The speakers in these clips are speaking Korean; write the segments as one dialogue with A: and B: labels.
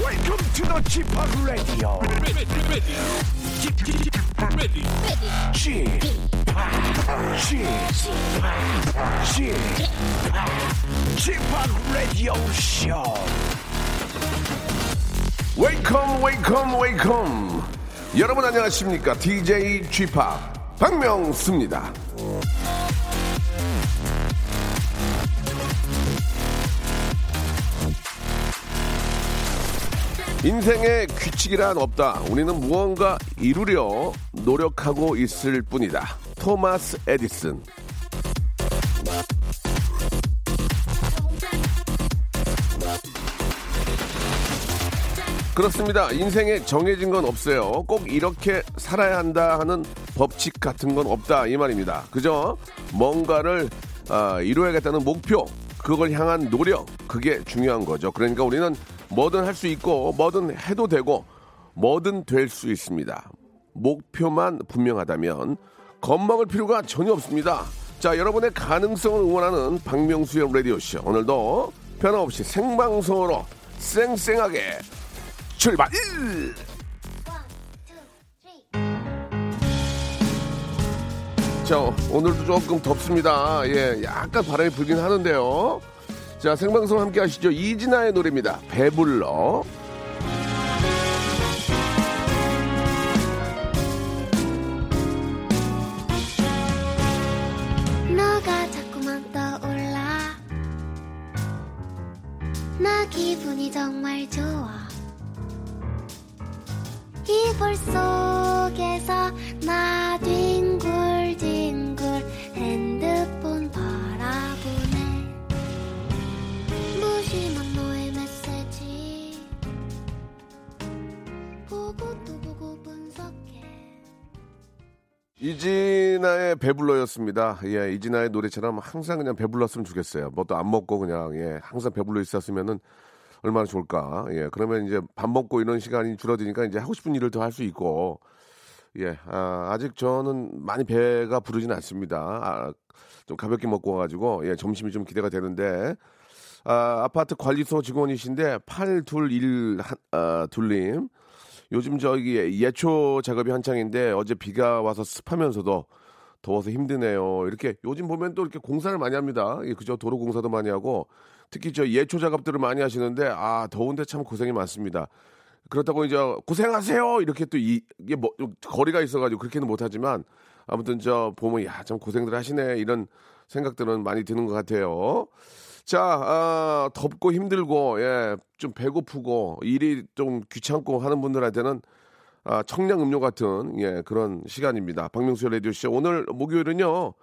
A: Welcome to the g p o p Radio.
B: ready, ready, ready, ready.
A: g p o p g p o p g p o p Radio Show.
C: 웨이컴 웨이컴 웨이컴 여러분 안녕하십니까 DJ g p o p 박명수입니다 인생에 규칙이란 없다 우리는 무언가 이루려 노력하고 있을 뿐이다 토마스 에디슨 그렇습니다. 인생에 정해진 건 없어요. 꼭 이렇게 살아야 한다 하는 법칙 같은 건 없다 이 말입니다. 그저 뭔가를 아, 이루어야겠다는 목표, 그걸 향한 노력, 그게 중요한 거죠. 그러니까 우리는 뭐든 할 수 있고 뭐든 해도 되고 뭐든 될 수 있습니다. 목표만 분명하다면 겁먹을 필요가 전혀 없습니다. 자, 여러분의 가능성을 응원하는 박명수의 라디오쇼. 오늘도 변함없이 생방송으로 쌩쌩하게 출발! 자, 오늘도 조금 덥습니다. 예, 약간 바람이 불긴 하는데요. 자, 생방송 함께 하시죠. 이진아의 노래입니다. 배불러.
D: 너가 자꾸만 떠올라 나 기분이 정말 좋아 이불 속에서 나 뒹굴뒹굴 핸드폰 바라보네 무심한 너의 메시지 보고 또 보고 분석해
C: 이진아의 배불러였습니다. 예, 이진아의 노래처럼 항상 그냥 배불렀으면 좋겠어요. 뭐 또 안 먹고 그냥, 예, 항상 배불러 있었으면은 얼마나 좋을까. 예, 그러면 이제 밥 먹고 이런 시간이 줄어드니까 이제 하고 싶은 일을 더 할 수 있고, 예, 아, 아직 저는 많이 배가 부르진 않습니다. 아, 좀 가볍게 먹고 와가지고, 예, 점심이 좀 기대가 되는데, 아, 아파트 관리소 직원이신데, 821, 아, 둘님. 요즘 저기 예초 작업이 한창인데 어제 비가 와서 습하면서도 더워서 힘드네요. 이렇게 요즘 보면 또 이렇게 공사를 많이 합니다. 예, 그죠? 도로 공사도 많이 하고 특히 저 예초 작업들을 많이 하시는데 아 더운데 참 고생이 많습니다. 그렇다고 이제 고생하세요 이렇게 또 이, 이게 뭐, 좀 거리가 있어가지고 그렇게는 못하지만 아무튼 저 보면 야 참 고생들 하시네 이런 생각들은 많이 드는 것 같아요. 자, 아, 덥고 힘들고, 예, 좀 배고프고, 일이 좀 귀찮고 하는 분들한테는, 아, 청량 음료 같은, 예, 그런 시간입니다. 박명수의 라디오쇼. 오늘 목요일은요,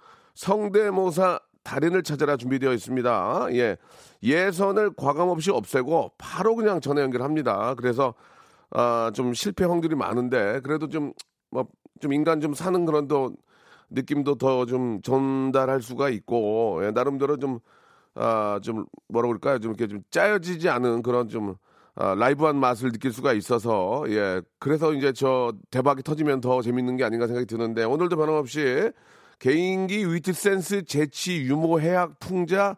C: 성대모사 달인을 찾아라 준비되어 있습니다. 예, 예선을 과감없이 없애고, 바로 그냥 전화 연결합니다. 그래서, 아, 좀 실패 확률이 많은데, 그래도 좀, 뭐, 좀 인간 좀 사는 그런 또, 느낌도 더 좀 전달할 수가 있고, 예, 나름대로 좀, 아, 좀 뭐라고 그럴까요? 좀 이렇게 좀 짜여지지 않은 그런 좀 아, 라이브한 맛을 느낄 수가 있어서 예 그래서 이제 저 대박이 터지면 더 재밌는 게 아닌가 생각이 드는데 오늘도 변함없이 개인기 위트 센스 재치 유머 해학 풍자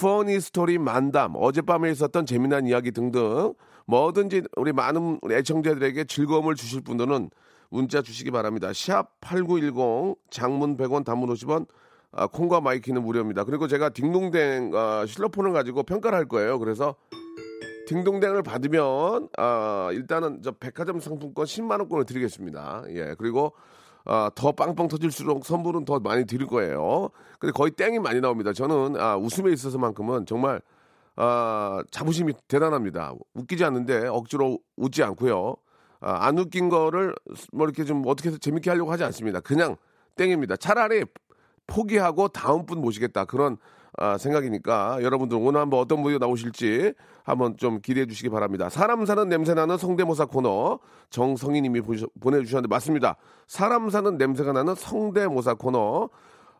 C: 퍼니 스토리 만담 어젯밤에 있었던 재미난 이야기 등등 뭐든지 우리 많은 우리 애청자들에게 즐거움을 주실 분들은 문자 주시기 바랍니다 샵8910 장문 100원 단문 50원 아, 콩과 마이키는 무료입니다. 그리고 제가 딩동댕 아, 실로폰을 가지고 평가를 할 거예요. 그래서 딩동댕을 받으면 아, 일단은 저 백화점 상품권 10만 원권을 드리겠습니다. 예 그리고 아, 더 빵빵 터질수록 선물은 더 많이 드릴 거예요. 근데 거의 땡이 많이 나옵니다. 저는 아, 웃음에 있어서만큼은 정말 아, 자부심이 대단합니다. 웃기지 않는데 억지로 웃지 않고요. 아, 안 웃긴 거를 뭐 이렇게 좀 어떻게 해서 재밌게 하려고 하지 않습니다. 그냥 땡입니다. 차라리 포기하고 다음 분 모시겠다 그런 아, 생각이니까 여러분들 오늘 한번 어떤 분이 나오실지 한번 좀 기대해 주시기 바랍니다. 사람 사는 냄새 나는 성대모사 코너 정성희님이 보내주- 보내주셨는데 맞습니다. 사람 사는 냄새가 나는 성대모사 코너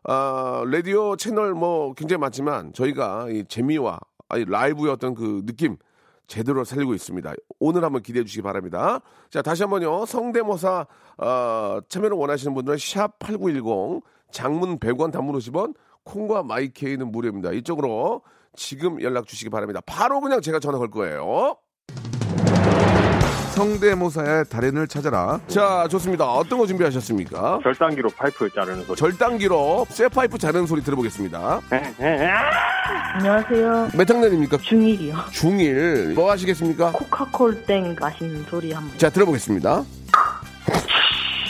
C: 아, 라디오 채널 뭐 굉장히 많지만 저희가 이 재미와 아니, 라이브의 어떤 그 느낌 제대로 살리고 있습니다. 오늘 한번 기대해 주시기 바랍니다. 자, 다시 한번요. 성대모사 어, 참여를 원하시는 분들은 샵8910 장문 100원 단문 50원 콩과 마이케이는 무료입니다. 이쪽으로 지금 연락 주시기 바랍니다. 바로 그냥 제가 전화 걸 거예요. 성대모사의 달인을 찾아라. 자, 좋습니다. 어떤 거 준비하셨습니까?
E: 절단기로 파이프 자르는 소리.
C: 절단기로 쇠파이프 자르는 소리 들어보겠습니다.
F: 안녕하세요.
C: 몇 학년입니까?
F: 중일이요.
C: 중1. 뭐 하시겠습니까?
F: 코카콜땡 마시는 소리 한번.
C: 자, 들어보겠습니다.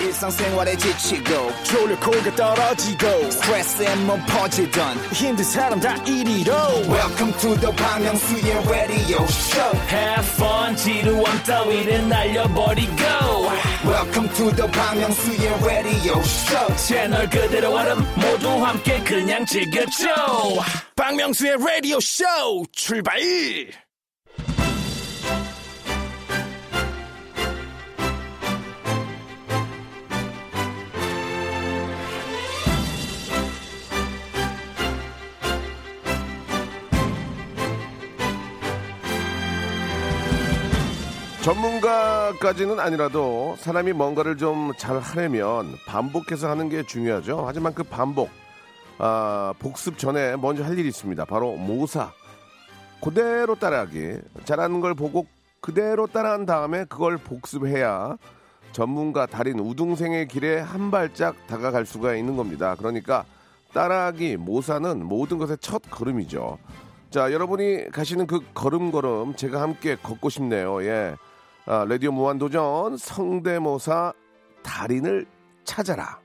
G: 일상생활에 지치고, 졸려 코가 떨어지고, 스트레스에 몸 퍼지던, 힘든 사람 다 이리로. welcome to the Bang Myung-soo's radio show
H: Have fun 지루한 따위를 날려버리고
G: welcome to the Bang Myung-soo's radio show
H: 채널 그대로 얼음 모두 함께 그냥 즐겨줘 박명수의 라디오 쇼 출발
C: 전문가까지는 아니라도 사람이 뭔가를 좀 잘 하려면 반복해서 하는 게 중요하죠. 하지만 그 반복, 아, 복습 전에 먼저 할 일이 있습니다. 바로 모사. 그대로 따라하기. 잘하는 걸 보고 그대로 따라한 다음에 그걸 복습해야 전문가 달인 우등생의 길에 한 발짝 다가갈 수가 있는 겁니다. 그러니까 따라하기, 모사는 모든 것의 첫 걸음이죠. 자, 여러분이 가시는 그 걸음걸음 제가 함께 걷고 싶네요. 예. 아, 라디오 무한도전 성대모사 달인을 찾아라.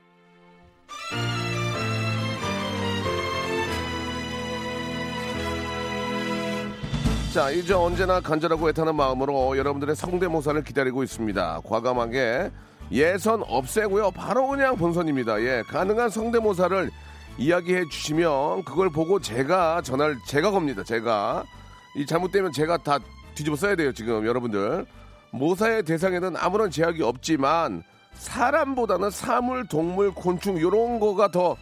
C: 자, 이제 언제나 간절하고 애타는 마음으로 여러분들의 성대모사를 기다리고 있습니다. 과감하게 예선 없애고요. 바로 그냥 본선입니다. 예, 가능한 성대모사를 이야기해 주시면 그걸 보고 제가 전화를 제가 겁니다. 제가 이 잘못되면 제가 다 뒤집어 써야 돼요. 지금 여러분들 모사의 대상에는 아무런 제약이 없지만 사람보다는 사물, 동물, 곤충 요런 거가 더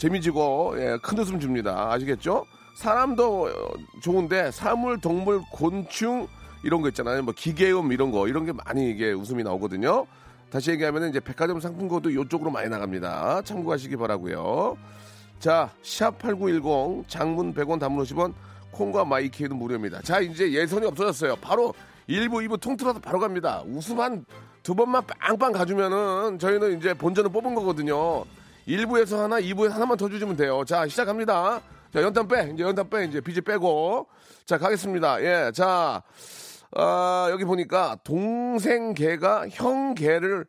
C: 재미지고 예, 큰 웃음 줍니다. 아시겠죠? 사람도 어, 좋은데 사물, 동물, 곤충 이런 거 있잖아요. 뭐 기계음 이런 거 이런 게 많이 이게 웃음이 나오거든요. 다시 얘기하면 이제 백화점 상품권도 이쪽으로 많이 나갑니다. 참고하시기 바라고요. 자, 샵8910 장문 100원 단문 50원 콩과 마이키에는 무료입니다. 자, 이제 예선이 없어졌어요. 바로 1부, 2부 통틀어서 바로 갑니다. 우승 한두 번만 빵빵 가주면은 저희는 이제 본전을 뽑은 거거든요. 1부에서 하나, 2부에서 하나만 더 주시면 돼요. 자, 시작합니다. 자, 연탄 빼. 이제 연탄 빼. 이제 비지 빼고. 자, 가겠습니다. 예. 자, 아, 여기 보니까 동생 개가 형 개를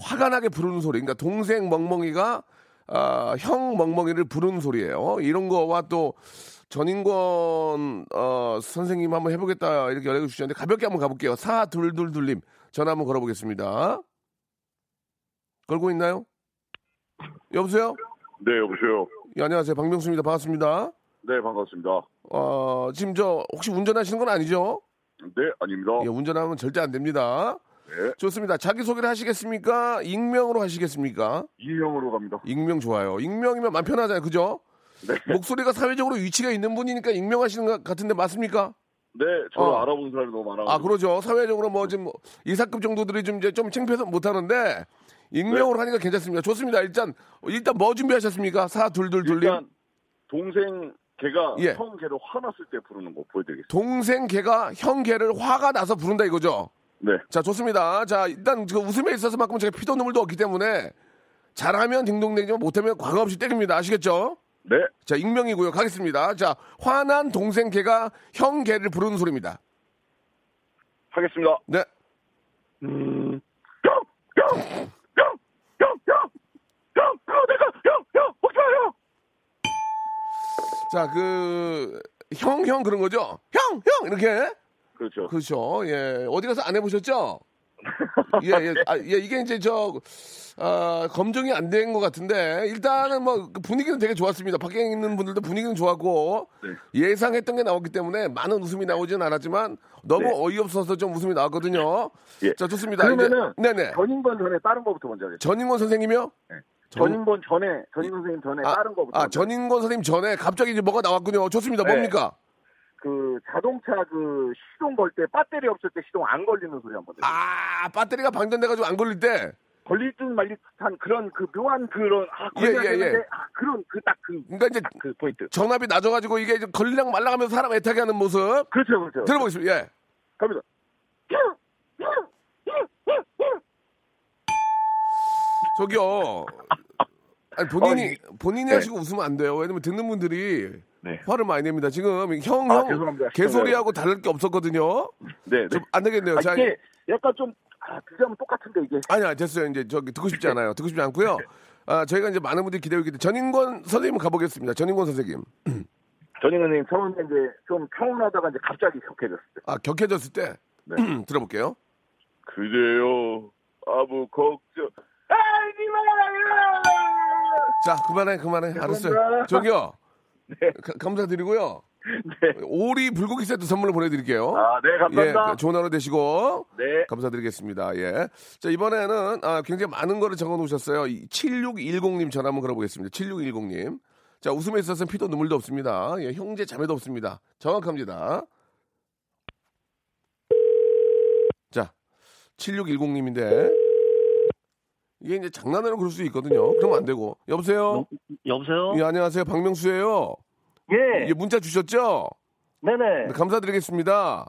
C: 화가 나게 부르는 소리. 그러니까 동생 멍멍이가 아, 형 멍멍이를 부르는 소리예요. 이런 거와 또 전인권 어, 선생님 한번 해보겠다 이렇게 연락을 주셨는데 가볍게 한번 가볼게요. 사둘둘둘님 전화 한번 걸어보겠습니다. 걸고 있나요? 여보세요?
E: 네, 여보세요.
C: 예, 안녕하세요. 박명수입니다. 반갑습니다.
E: 네, 반갑습니다.
C: 어, 지금 저 혹시 운전하시는 건 아니죠?
E: 네, 아닙니다.
I: 어.
C: 예, 운전하면 절대 안 됩니다.
E: 네.
C: 좋습니다. 자기소개를 하시겠습니까? 익명으로 하시겠습니까?
E: 이형으로 갑니다.
C: 익명 좋아요. 익명이면 맘 편하잖아요. 그죠?
E: 네.
C: 목소리가 사회적으로 위치가 있는 분이니까 익명하시는 것 같은데 맞습니까?
E: 네, 저를
C: 어.
E: 알아본 사람이 너무 많아가지고.
C: 아, 그러죠. 사회적으로 뭐 지금 이사급 정도들이 좀 이제 좀 창피해서 못 하는데 익명으로
E: 네.
C: 하니까 괜찮습니다. 좋습니다. 일단 일단 뭐 준비하셨습니까? 사둘둘둘님
E: 일단 동생 걔가
C: 예.
E: 형 걔를 화났을 때 부르는 거 보여드리겠습니다.
C: 동생 개가 형 개를 화가 나서 부른다 이거죠.
E: 네,
C: 자, 좋습니다. 자, 일단 그 웃음에 있어서만큼 제가 피도 눈물도 없기 때문에 잘하면 딩동댕이지만 못하면 과감 없이 때립니다. 아시겠죠?
E: 네,
C: 자, 익명이고요. 가겠습니다. 자, 화난 동생 개가 형 개를 부르는 소리입니다.
E: 하겠습니다.
C: 네.
E: 형, 형, 형, 형, 형, 형, 그거 내가 형, 형, 어쩌요?
C: 자, 그, 형, 형 그런 거죠? 형, 형! 이렇게.
E: 그렇죠.
C: 그렇죠. 예. 어디 가서 안 해보셨죠? 예, 예. 아, 예, 이게 이제 저, 아, 검증이 안 된 것 같은데, 일단은 뭐그 분위기는 되게 좋았습니다. 밖에 있는 분들도 분위기는 좋았고,
I: 네.
C: 예상했던 게 나왔기 때문에 많은 웃음이 나오진 않았지만, 너무
I: 네.
C: 어이없어서 좀 웃음이 나왔거든요.
I: 예.
C: 자, 좋습니다.
I: 그러면은
C: 이제, 네네.
I: 전인권 전에 다른 거부터 먼저 하겠습니다.
C: 전인권 선생님이요? 전-
I: 전인권 전에 전인권 선생님 전에 다른 거부터.
C: 아,
I: 먼저
C: 전인권 선생님 전에 갑자기 이제 뭐가 나왔군요. 좋습니다.
I: 네.
C: 뭡니까?
I: 그 자동차 그 시동 걸 때 배터리 없을 때 시동 안 걸리는 소리 한번 아.
C: 아, 배터리가 방전돼가지고 안 걸릴 때,
I: 걸릴 듯 말릴 듯한 그런 그 묘한 그런 아
C: 예,
I: 걸려야
C: 예, 예.
I: 되는데 아 그런 그 딱 그 그
C: 그러니까 이제
I: 포인트.
C: 전압이 낮아가지고 이게 이제 걸리랑 말라가면서 사람 애타게 하는 모습.
I: 그렇죠 그렇죠.
C: 들어보겠습니다. 예.
I: 갑니다.
C: 저기요. 아니, 본인이, 본인이
I: 네.
C: 하시고 웃으면 안 돼요. 왜냐면 듣는 분들이
I: 네.
C: 화를 많이 냅니다. 지금 형,
I: 아,
C: 형,
I: 죄송합니다.
C: 개소리하고 다를 게 없었거든요.
I: 네. 네.
C: 좀 안 되겠네요.
I: 아,
C: 자,
I: 이게 약간 좀 아, 그게 하면 똑같은데 이게
C: 아니야, 됐어요. 이제 저기 듣고
I: 네.
C: 싶지 않아요. 듣고 싶지 않고요. 아, 저희가 이제 많은 분들이 기대하고 있기 때문에 전인권 선생님 가보겠습니다. 전인권 선생님.
I: 전인권 선생님 처음에 이제 좀 평온하다가 이제 갑자기 격해졌을 때.
C: 아, 격해졌을 때
I: 네.
C: 들어볼게요.
I: 그래요. 아무 걱정. 하지 마요.
C: 자, 그만해, 그만해. 알았어요.
I: 네, 감사합니다.
C: 저기요. 가- 감사드리고요.
I: 네.
C: 오리 불고기 세트 선물로 보내드릴게요.
I: 아, 네, 감사합니다.
C: 예, 좋은 하루 되시고.
I: 네.
C: 감사드리겠습니다. 예. 자, 이번에는 아, 굉장히 많은 거를 적어 놓으셨어요. 7610님 전화 한번 걸어보겠습니다. 7610님. 자, 웃음에 있어서는 피도 눈물도 없습니다. 예, 형제 자매도 없습니다. 정확합니다. 자, 7610님인데. 이게 이제 장난으로 그럴 수 있거든요. 그러면 안 되고. 여보세요?
I: 어?
J: 여보세요?
C: 예, 안녕하세요. 박명수예요.
J: 예.
I: 네.
C: 예, 문자 주셨죠?
J: 네네.
C: 네, 감사드리겠습니다.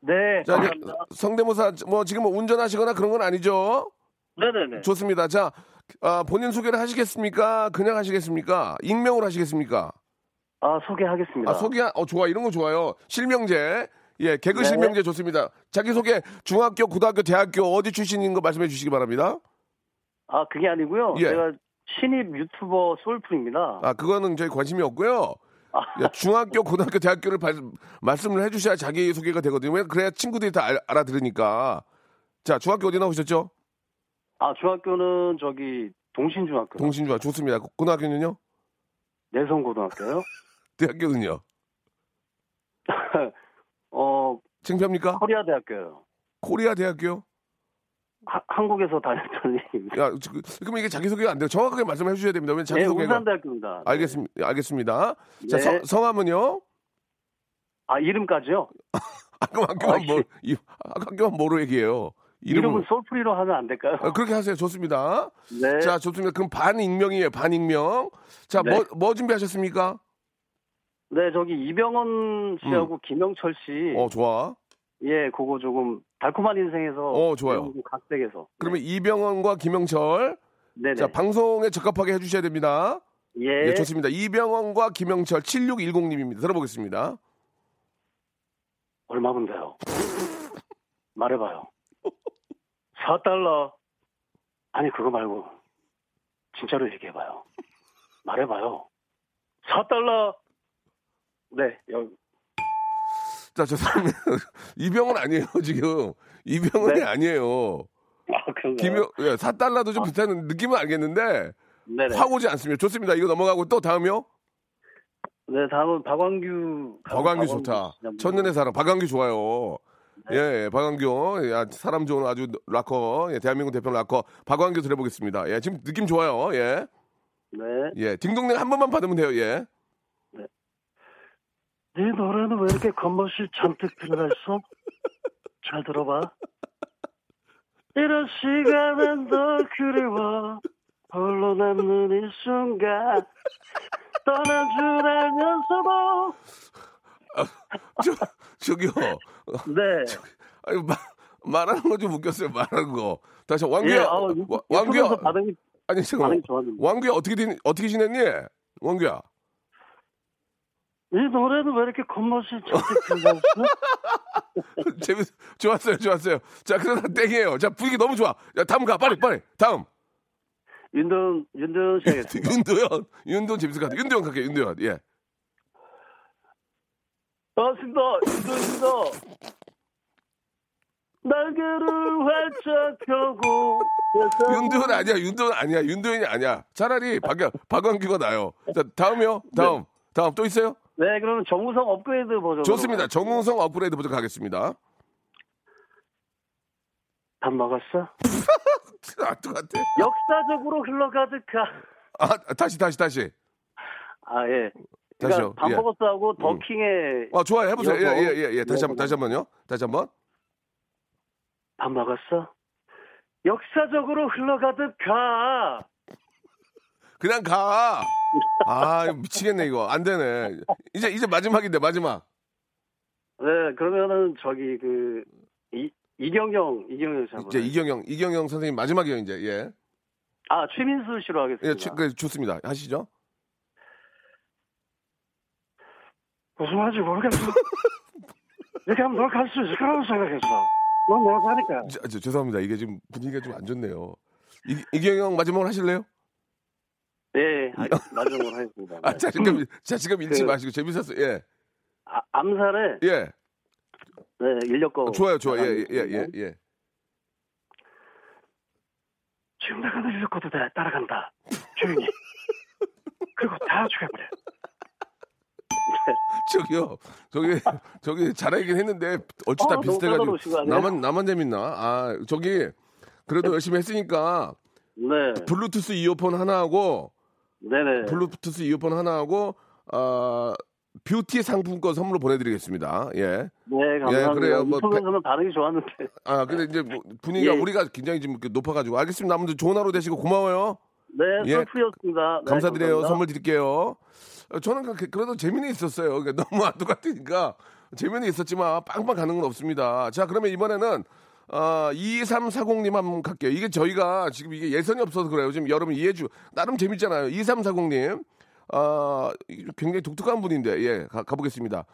J: 네.
C: 자, 이제
J: 감사합니다.
C: 성대모사 뭐 지금 뭐 운전하시거나 그런 건 아니죠?
J: 네네네.
C: 좋습니다. 자, 아, 본인 소개를 하시겠습니까? 그냥 하시겠습니까? 익명으로 하시겠습니까?
J: 아, 소개하겠습니다.
C: 아, 소개 어 좋아. 이런 거 좋아요. 실명제. 예,
J: 네.
C: 개그 실명제 좋습니다. 자기 소개 중학교, 고등학교, 대학교 어디 출신인 거 말씀해 주시기 바랍니다.
J: 아, 그게 아니고요.
C: 예.
J: 제가 신입 유튜버 솔풀입니다.
C: 아, 그거는 저희 관심이 없고요. 예, 중학교, 고등학교, 대학교를 발- 말씀을 해 주셔야 자기 소개가 되거든요. 왜? 그래야 친구들이 다 알, 알아들으니까. 자, 중학교 어디 나오셨죠?
J: 아, 중학교는 저기 동신중학교.
C: 동신주아 좋습니다. 고- 고등학교는요?
J: 내성고등학교요?
C: 대학교는요?
J: 어,
C: 창피합니까?
J: 코리아 대학교요.
C: 코리아 대학교?
J: 하- 한국에서 다녔던 얘기입니다.
C: 야, 지- 그럼 이게 자기소개가 안 돼요. 정확하게 말씀해 주셔야 됩니다. 왜냐면
J: 네,
C: 자기소개가.
J: 울산대학교입니다.
C: 알겠습니다. 알겠습니다. 자,
J: 네.
C: 성, 성함은요?
J: 아, 이름까지요?
C: 아, 그럼 학교만 뭐, 이- 아, 학교만 뭐로 얘기해요?
J: 이름은,
C: 이름은.
J: 솔풀이로 하면 안 될까요?
C: 아, 그렇게 하세요. 좋습니다.
J: 네.
C: 자, 좋습니다. 그럼 반익명이에요. 반익명. 자,
J: 네.
C: 뭐, 뭐 준비하셨습니까?
J: 네, 저기 이병헌 씨하고 김영철 씨.
C: 음. 어, 좋아.
J: 예, 그거 조금 달콤한 인생에서.
C: 어, 좋아요.
J: 배운 각색에서.
C: 그러면 이병헌과 김영철.
J: 네. 네네.
C: 자, 방송에 적합하게 해주셔야 됩니다.
J: 예.
C: 예, 좋습니다. 이병헌과 김영철 7610님입니다. 들어보겠습니다.
J: 얼마면 돼요? 말해봐요. 4달러. 아니, 그거 말고. 진짜로 얘기해봐요. 말해봐요. 4달러. 네, 여기.
C: 자, 죄송합니다. 이병헌 아니에요, 지금. 이병헌이
J: 네.
C: 아니에요.
J: 아, 그런가요?
C: 김영, 예, 4달러도 좀 비슷한 느낌은 알겠는데,
J: 아. 네네.
C: 확 오지 않습니다. 좋습니다. 이거 넘어가고 또 다음이요?
J: 네, 다음은 박광규. 네.
C: 박광규 좋다. 천년의 사랑. 박광규 좋아요. 예, 예, 박광규. 예, 아, 사람 좋은 아주 락커. 예, 대한민국 대표 락커. 박광규 들어보겠습니다. 예, 지금 느낌 좋아요. 예.
J: 네.
C: 예, 딩동댕 한 번만 받으면 돼요. 예.
J: 네 노래는 왜 이렇게 겉멋이 잔뜩 들어가 있어? 잘 들어봐. 이런 시간은 더 그리워. 홀로 남는 이 순간. 떠난 줄 알면서도.
C: 저, 저기요.
J: 네.
C: 아니, 마, 말하는 거 좀 웃겼어요. 말하는 거. 다시 왕규야.
J: 예, 아우, 유-
C: 와-
J: 유튜브에서
C: 왕규야.
J: 반응이,
C: 아니 잠깐만.
J: 반응이 좋았는데.
C: 왕규야 어떻게 된, 어떻게 지냈니? 왕규야.
J: 이 노래는 왜 이렇게 겉멋이 잔뜩 들어가 있어?
C: 재밌 좋았어요. 좋았어요. 자, 그러다 땡이에요. 자, 분위기 너무 좋아. 야, 다음 가. 빨리 빨리. 다음.
J: 윤돈, 윤돈 씨에게.
C: 윤도현. 윤도현 재밌을 것 같아. 윤도현 갈게요. 윤도현. 예.
J: 반갑습니다. 윤돈입니다.
K: 날개를 활짝 펴고 세상을
C: 윤도현 아니야. 윤도현 아니야. 윤도현이 아니야. 차라리 박, 박완규가 나요. 자, 다음이요. 다음. 다음 또 있어요?
K: 네, 그러면 정우성 업그레이드 버전.
C: 좋습니다. 정웅성 업그레이드 부터 가겠습니다.
K: 밥 먹었어?
C: 아, 똑같아.
K: 역사적으로 흘러가득하.
C: 아, 다시, 다시, 다시.
K: 아, 예. 그러니까
C: 다시요.
K: 밥
C: 예.
K: 먹었어 하고 더킹의
C: 아, 좋아요. 해보세요. 예,
K: 이어서
C: 예, 예, 예. 다시 한
K: 이어서
C: 번, 다시 한 번요. 다시 한 번.
K: 밥 먹었어? 역사적으로 흘러가득하.
C: 그냥 가. 아, 이거 미치겠네, 이거. 안 되네. 이제, 이제 마지막인데, 마지막.
K: 네, 그러면은 저기 그 이, 이경영, 이경영 씨 한번.
C: 이제 이경영, 이경영 선생님 마지막이에요, 이제. 예.
K: 아, 최민수 씨로 하겠습니다.
C: 예, 치- 그래, 좋습니다. 하시죠.
K: 무슨 말인지 모르겠어. 이렇게 하면 널 가질 수 있을 거라고 생각했어. 넌 내가 사니까.
C: 저, 저, 죄송합니다. 이게 지금 분위기가 좀 안 좋네요. 이, 이경영 마지막으로 하실래요?
K: 예, 아, 마지막으로 하겠습니다. 네.
C: 아, 자신감, 자신감 잃지
K: 그-
C: 마시고 재밌었어요. 예.
K: 아, 암살에
C: 예.
K: 네, 인력거.
C: 좋아요, 좋아요. 예, 예, 예, 예. 예.
K: 지금 나가는 인력거도
I: 네,
K: 다 따라간다. 조용히. 그리고 다 죽여버려.
C: 저기요, 저기, 저기 잘 알긴 했는데 얼추
K: 어,
C: 다
K: 너무
C: 비슷해가지고
K: 까다로우신 거 아니에요?
C: 나만 나만 재밌나? 아 저기 그래도 열심히 했으니까
K: 네,
C: 블루투스 이어폰 하나하고
K: 네네.
C: 블루투스 이어폰 하나하고 아 뷰티 상품권 선물로 보내드리겠습니다. 예.
K: 네, 감사합니다.
C: 예, 그래요. 뭐
K: 유튜브에서는 반응이 좋았는데.
C: 아 근데 이제 뭐 분위기가
K: 예.
C: 우리가 굉장히 지금 이렇게 높아가지고 알겠습니다. 아무튼 좋은 하루 되시고 고마워요.
K: 네,
C: 예.
K: 솔프였습니다. 네,
C: 감사드려요.
K: 감사합니다.
C: 선물 드릴게요. 어, 저는 그렇게- 그래도 재미는 있었어요. 그러니까 너무 안 똑같으니까 재미는 있었지만 빵빵 가는 건 없습니다. 자, 그러면 이번에는 어, 2340님 한번 갈게요. 이게 저희가 지금 이게 예선이 없어서 그래요. 지금 여러분 이해해 주. 나름 재밌잖아요. 2340님. 아, 이게 굉장히 독특한 분인데. 예. 가, 가보겠습니다.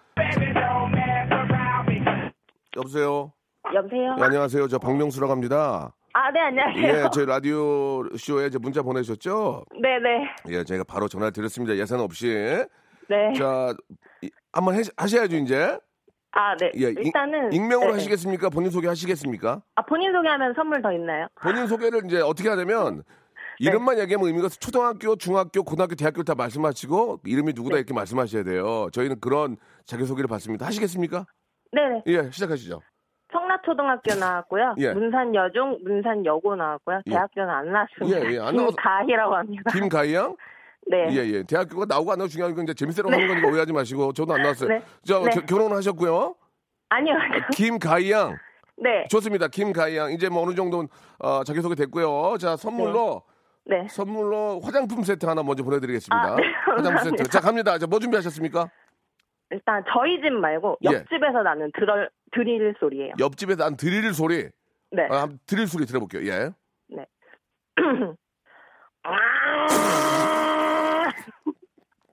C: 여보세요.
F: 여보세요?
C: 예, 안녕하세요. 저 박명수라고 합니다.
F: 아, 네, 안녕하세요.
C: 예, 저희 라디오 쇼에 이제 문자 보내셨죠?
F: 네네.
C: 예, 저희가 바로 전화를 드렸습니다. 예산 없이.
F: 네.
C: 자, 이- 한번 해- 하셔야죠, 이제.
F: 아, 네.
C: 예, 이-
F: 일단은.
C: 익명으로
F: 네, 네.
C: 하시겠습니까? 본인 소개 하시겠습니까?
F: 아, 본인 소개하면 선물 더 있나요?
C: 본인 소개를 이제 어떻게
F: 네.
C: 하냐면, 이름만 얘기하면 의미가 없어요. 초등학교, 중학교, 고등학교, 대학교를 다 말씀하시고, 이름이
F: 네.
C: 누구다 이렇게 말씀하셔야 돼요. 저희는 그런 자기소개를 받습니다. 하시겠습니까?
F: 네네.
C: 예, 시작하시죠.
F: 청라초등학교 나왔고요.
C: 예.
F: 문산여중, 문산여고 나왔고요.
C: 예.
F: 대학교는 안 나왔습니다.
C: 예, 예, 안 나왔-
F: 김가희라고 합니다.
C: 김가희 양?
F: 아. 네.
C: 예, 예. 대학교가 나오고 안 나오고 중요한 건 이제 재밌으라고 하는 거니까 오해하지 마시고, 저도 안 나왔어요.
F: 네.
C: 저,
F: 네.
C: 저 결혼하셨고요.
F: 아니요.
C: 김가희 양.
F: 네.
C: 좋습니다. 김가희 양. 이제 뭐 어느 정도는 어, 자기소개 됐고요. 자, 선물로
F: 네.
C: 선물로 화장품 세트 하나 먼저 보내드리겠습니다.
F: 아, 네,
C: 화장품 세트.
F: 감사합니다. 네.
C: 자, 갑니다. 자, 뭐 준비하셨습니까?
F: 일단 저희 집 말고
C: 예.
F: 옆집에서 나는 들을, 드릴 소리예요.
C: 옆집에서 안 드릴 소리.
F: 네.
C: 아, 한번 드릴 소리 들어볼게요. 예.
F: 네.
C: 아.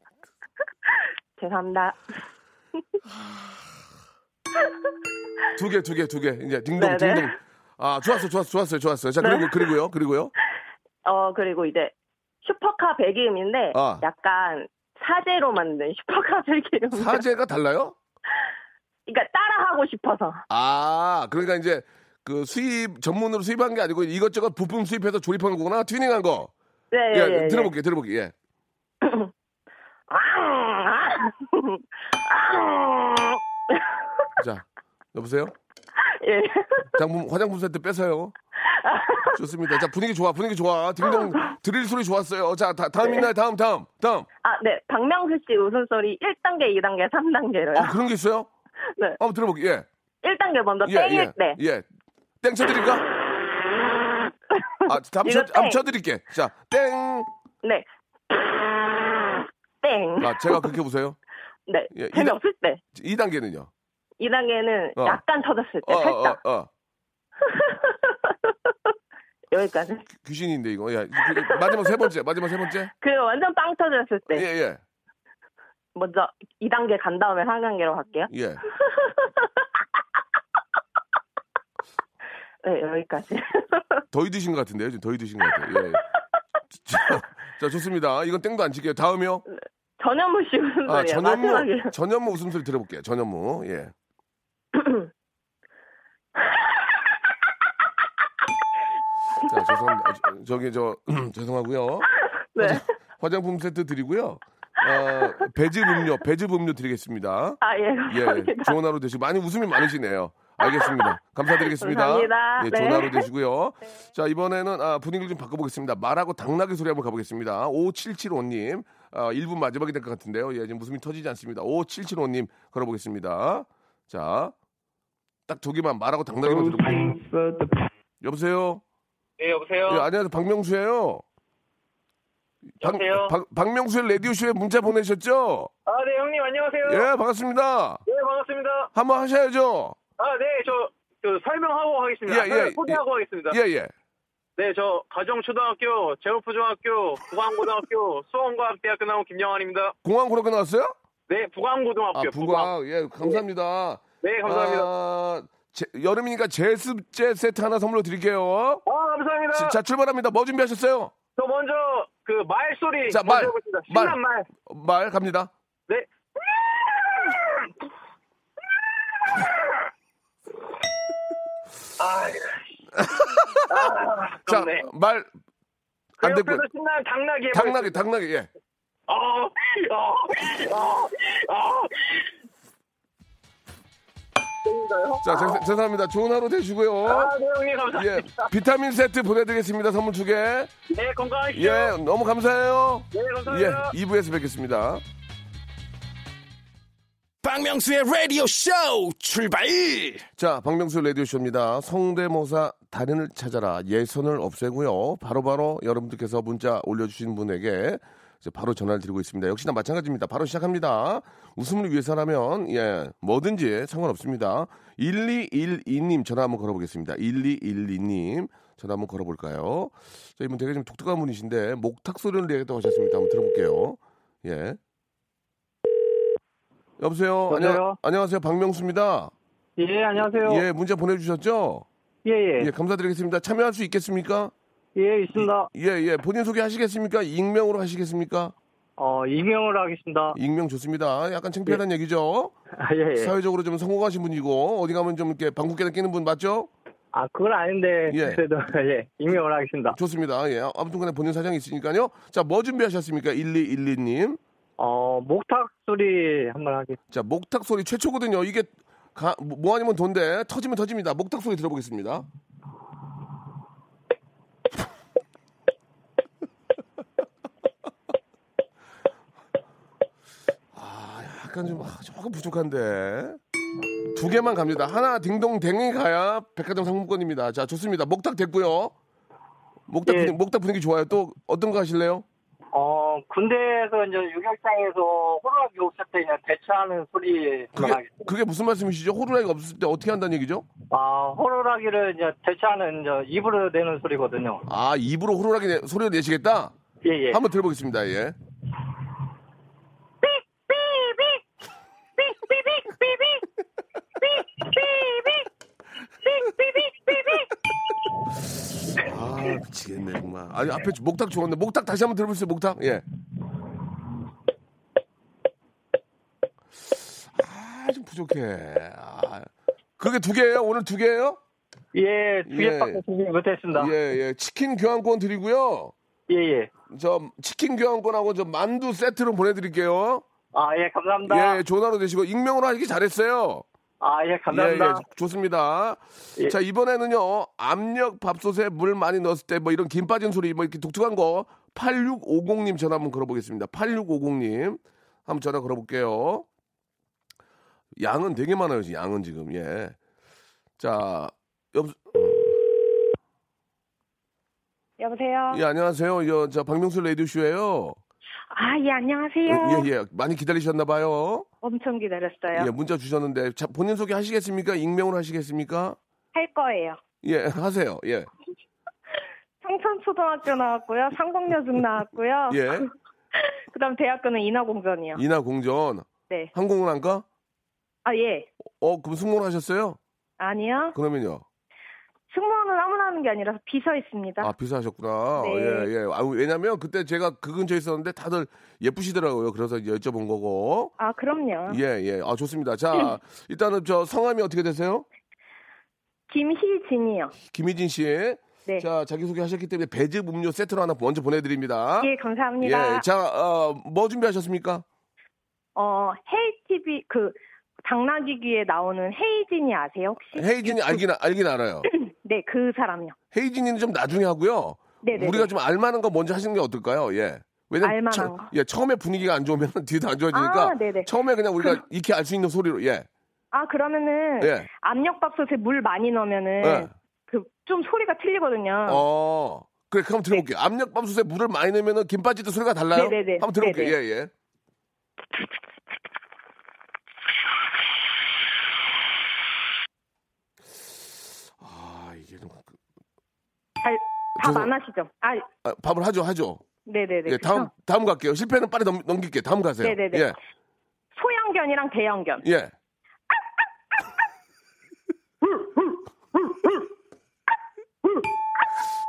F: 죄송합니다.
C: 두 개, 두 개, 두 개. 이제 딩동,
F: 네, 네.
C: 딩동. 아, 좋았어, 좋았어, 좋았어요, 좋았어요. 자,
F: 네.
C: 그리고, 그리고요, 그리고요.
F: 어 그리고 이제 슈퍼카 배기음인데
C: 아.
F: 약간 사제로 만든 슈퍼카 배기음.
C: 사제가 달라요?
F: 그러니까 따라하고 싶어서.
C: 아, 그러니까 이제 그 수입, 전문으로 수입한 게 아니고 이것저것 부품 수입해서 조립한 거구나. 튜닝한 거.
F: 네.
C: 예,
F: 예, 예, 예.
C: 들어볼게요, 들어볼게요. 예.
F: 아, 아, 아.
C: 자, 여보세요?
F: 예.
C: 장품, 화장품 세트 뺏어요. 좋습니다. 자, 분위기 좋아, 분위기 좋아. 딩동, 드릴 소리 좋았어요. 자, 다,
F: 네.
C: 다음 있나요? 다음, 다음, 다음.
F: 아, 네. 박명수 씨 웃음소리 1단계, 2단계, 3단계로요.
C: 아, 그런 게 있어요?
F: 네.
C: 한번 들어볼게요. 예.
F: 1단계 먼저
C: 예,
F: 땡일
C: 예.
F: 네. 때.
C: 예. 땡 쳐드릴까? 아, 다음 쳐,
F: 이거 땡.
C: 한번 쳐드릴게. 자, 땡.
F: 네. 땡.
C: 예. 아, 제가 그렇게 보세요.
F: 네.
C: 예, 이단-
F: 재미없을 때.
C: 2단계는요.
F: 2단계는
C: 어.
F: 약간 쳐졌을 때,
C: 어, 어,
F: 네, 살짝.
C: 어, 어.
F: 여기까지.
C: 귀신인데, 이거. 야, 그- 마지막 세 번째, 마지막 세 번째?
F: 그리고 완전 빵 쳐졌을 때.
C: 예, 예.
F: 먼저 2단계 간 다음에 3단계로 갈게요.
C: 예.
F: 네, 여기까지.
C: 더위 드신 것 같은데요? 지금 더위 드신 것 같아요. 예. 자, 자, 좋습니다. 이건 땡도 안 칠게요. 다음이요.
F: 전현무 씨 웃음소리예요.
C: 아, 전현무,
F: 마지막이에요.
C: 전현무 웃음소리 들어볼게요. 전현무, 예. 자, 죄송합니다. 아, 저- 저기 저 죄송하고요.
F: 네.
C: 화장품 세트 드리고요. 어, 배즙 음료, 배즙 음료 드리겠습니다.
F: 아, 예.
C: 예,
F: 감사합니다.
C: 좋은 하루 되시고 많이 웃음이 많으시네요. 알겠습니다. 감사드리겠습니다.
F: 감사합니다.
C: 예, 좋은
F: 네.
C: 하루 되시고요. 자, 이번에는 아, 분위기를 좀 바꿔보겠습니다. 말하고 당나귀 소리 한번 가보겠습니다. 5775님. 아, 1분 마지막이 될 것 같은데요. 예, 지금 웃음이 터지지 않습니다. 5775님 걸어보겠습니다. 자, 딱 두 개만 말하고 당나귀만 들어보세요. 여보세요?
I: 네, 여보세요?
C: 예, 안녕하세요. 박명수예요. 박-
I: 여보세요?
C: 박, 박명수의 라디오쇼에 문자 보내셨죠?
I: 아, 네, 형님, 안녕하세요.
C: 예, 반갑습니다.
I: 네, 반갑습니다.
C: 한번 하셔야죠.
I: 아, 네, 저, 그 설명하고 하겠습니다.
C: 예,
I: 아,
C: 예,
I: 소개하고
C: 예.
I: 하겠습니다.
C: 예, 예.
I: 네, 저, 가정초등학교, 제오프중학교, 부광고등학교, 수원과학대학교 나온 김영환입니다.
C: 공항 고등학교 나왔어요?
I: 네, 부광고등학교.
C: 아, 부광. 예, 감사합니다.
I: 네, 감사합니다.
C: 아, 제- 여름이니까 제습제 세트 하나 선물로 드릴게요.
I: 아, 감사합니다.
C: 자, 자, 출발합니다. 뭐 준비하셨어요?
I: 저 먼저, 그, 말소리.
C: 자,
I: 먼저
C: 말.
I: 해보겠습니다.
C: 말.
I: 신난 말.
C: 어, 말 갑니다.
I: 네. 아, 아,
C: 자,
I: 아깝네.
C: 말.
I: 그
C: 안
I: 옆에서
C: 됐고요.
I: 신나는 당나귀 해보겠습니다.
C: 당나귀, 당나귀, 예.
I: 아, 아, 아, 아.
C: 자, 죄- 죄송합니다. 좋은 하루 되시고요.
I: 아, 네, 형님, 감사합니다.
C: 예, 비타민 세트 보내드리겠습니다. 선물 두 개.
I: 네, 건강하시죠.
C: 예, 너무 감사해요.
I: 네, 감사합니다.
C: 예, 2부에서 뵙겠습니다.
H: 박명수의 라디오 쇼 출발!
C: 자, 박명수 라디오쇼입니다. 성대모사 달인을 찾아라. 예선을 없애고요. 바로바로 여러분들께서 문자 올려주신 분에게 이제 바로 전화를 드리고 있습니다. 역시나 마찬가지입니다. 바로 시작합니다. 웃음을 위해서라면, 예, 뭐든지 상관없습니다. 1212님 전화 한번 걸어보겠습니다. 1212님 전화 한번 걸어볼까요? 자, 이분 되게 좀뭐 독특한 분이신데, 목탁 소리를 내겠다고 하셨습니다. 한번 들어볼게요. 예. 여보세요? 안녕-
L: 여보세요?
C: 안녕하세요. 박명수입니다.
L: 예, 안녕하세요.
C: 예, 문자 보내주셨죠?
L: 예, 예.
C: 감사드리겠습니다. 참여할 수 있겠습니까?
L: 예, 있습니다.
C: 예, 예. 본인 소개하시겠습니까? 익명으로 하시겠습니까?
L: 어, 익명으로 하겠습니다.
C: 익명 좋습니다. 약간 창피하다는
L: 네.
C: 얘기죠?
L: 예, 예.
C: 사회적으로 좀 성공하신 분이고, 어디 가면 좀 이렇게 방귀깨나 끼는 분 맞죠?
L: 아, 그건 아닌데,
C: 예.
L: 그래도, 예, 익명으로 하겠습니다.
C: 좋습니다. 예. 아무튼 간에 본인 사정이 있으니까요. 자, 뭐 준비하셨습니까? 1212님.
L: 어, 목탁 소리 한번 하겠습니다.
C: 자, 목탁 소리 최초거든요. 이게 가- 뭐 아니면 돈데 터지면 터집니다. 목탁 소리 들어보겠습니다. 아, 약간 좀 아, 조금 부족한데. 두 개만 갑니다. 하나 딩동댕이 가야 백화점 상품권입니다. 자, 좋습니다. 목탁 됐고요. 목탁 분위기, 목탁 분위기 좋아요. 또 어떤 거 하실래요?
L: 어, 군대에서 이제 유격장에서 호루라 기 없을 때 그냥 대처하는 소리
I: 아.
C: 그게,
L: 하겠습니다.
C: 그게 무슨 말씀이시죠? 호루라기가 없을 때 어떻게 한다는 얘기죠?
L: 아, 호루라기를 이제 대처하는 이제 입으로 내는 소리거든요.
C: 아 입으로 호루라기 내- 소리를 내시겠다?
L: 예, 예.
C: 한번 들어보겠습니다. 예. 아 미치겠네 정말. 아니 앞에 목탁 좋았는데 목탁 다시 한번 들어보세요. 목탁. 예. 아좀 부족해. 아, 그게 두 개예요? 오늘 두 개예요?
L: 예, 두 개밖에 준비 못했습니다.
C: 예, 예. 치킨 교환권 드리고요.
L: 예, 예.
C: 저 치킨 교환권하고 저 만두 세트로 보내드릴게요.
L: 아, 예, 감사합니다.
C: 예, 좋은 하루 되시고 익명으로 하기 잘했어요.
L: 아, 예, 감사합니다.
C: 예, 예, 좋습니다.
L: 예.
C: 자, 이번에는요. 압력 밥솥에 물 많이 넣었을 때 뭐 이런 김 빠진 소리 뭐 이렇게 독특한 거 8650님 전화 한번 걸어보겠습니다. 8650님 한번 전화 걸어볼게요. 양은 되게 많아요. 지금 양은 지금 예. 자, 옆,
M: 여보세요.
C: 예, 안녕하세요. 여, 저 박명수 레디오 쇼예요.
M: 아, 예, 안녕하세요.
C: 예, 예, 많이 기다리셨나 봐요.
M: 엄청 기다렸어요.
C: 예, 문자 주셨는데 자, 본인 소개 하시겠습니까? 익명으로 하시겠습니까?
M: 할 거예요.
C: 예, 하세요. 예.
M: 성천초등학교 나왔고요. 상공여중
L: 아,
M: 나왔고요.
C: 예.
M: 그다음 대학교는 인하공전이요.
C: 이나 공전.
M: 네.
C: 항공운항과?
M: 아, 예.
C: 어, 그럼 승무원 하셨어요?
M: 아니요.
C: 그러면요.
M: 승무원은 아무나 하는 게 아니라 비서 있습니다.
C: 아, 비서하셨구나.
M: 네.
C: 예, 예. 아, 왜냐면 그때 제가 그 근처에 있었는데 다들 예쁘시더라고요. 그래서 이제 여쭤본 거고.
M: 아, 그럼요.
C: 예, 예. 아, 좋습니다. 자, 일단은 저 성함이 어떻게 되세요?
M: 김희진이요.
C: 김희진 씨.
F: 네.
C: 자, 자기소개 하셨기 때문에 배즙 음료 세트로 하나 먼저 보내드립니다.
F: 예, 감사합니다.
C: 어? 예, 자, 어, 뭐 준비하셨습니까?
F: 어, 헤이 TV 그 당나귀귀에 나오는 헤이진이 아세요 혹시?
C: 헤이진이 알긴, 알긴 알아요.
F: 네, 그 사람요.
C: 헤이진이는 좀 나중에 하고요.
F: 네네네.
C: 우리가 좀 알만한 거 먼저 하시는 게 어떨까요? 예. 왜냐면
F: 알만한
C: 처,
F: 거.
C: 예, 처음에 분위기가 안 좋으면 뒤도 안 좋아지니까
F: 아, 네네.
C: 처음에 그냥 우리가 익히 알 수 있는 소리로 예.
F: 아, 그러면은
C: 예.
F: 압력밥솥에 물 많이 넣으면은
C: 예.
F: 그 좀 소리가 틀리거든요.
C: 어. 그래, 그럼 들어볼게요. 압력밥솥에 물을 많이 넣으면 김 빠질 때 소리가 달라요?
F: 네. 네네네.
C: 한번 들어볼게요.
F: 네네.
C: 예, 예. 아, 이게 좀.
F: 밥
C: 죄송-
F: 안 하시죠? 아,
C: 아, 밥을 하죠, 하죠.
F: 네, 네, 네.
C: 예, 다음, 다음 갈게요. 실패는 빨리 넘, 넘길게요. 다음 가세요.
F: 네네네.
C: 예.
F: 소형견이랑 대형견.
C: 예.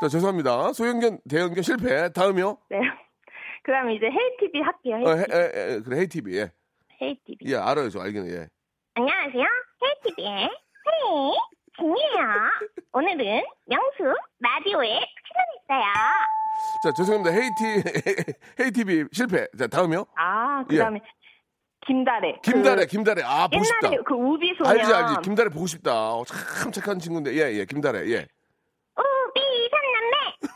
C: 자, 죄송합니다. 소형견, 대형견 실패. 다음이요?
F: 네. 그다음 이제 헤이 TV 할게요. 헤이,
C: 어, 해, 에, 에, 그래, 헤이티비, 예.
F: 헤이 TV.
C: 예, 알아요, 저 알기는, 예.
N: 안녕하세요. 헤이티비의 헤이 진이에요. 오늘은 명수 라디오에 출연했어요.
C: 자, 죄송합니다. 헤이티, 헤이티비 실패. 자, 다음이요?
F: 아, 그다음에 김다래.
C: 예. 김다래,
F: 그
C: 김다래. 아, 보고 싶다.
F: 옛날에 그 우비소녀.
C: 알지, 알지. 김다래 보고 싶다. 어, 참 착한 친구인데. 예, 예, 김다래, 예.
F: 어,
N: 우비 삼남매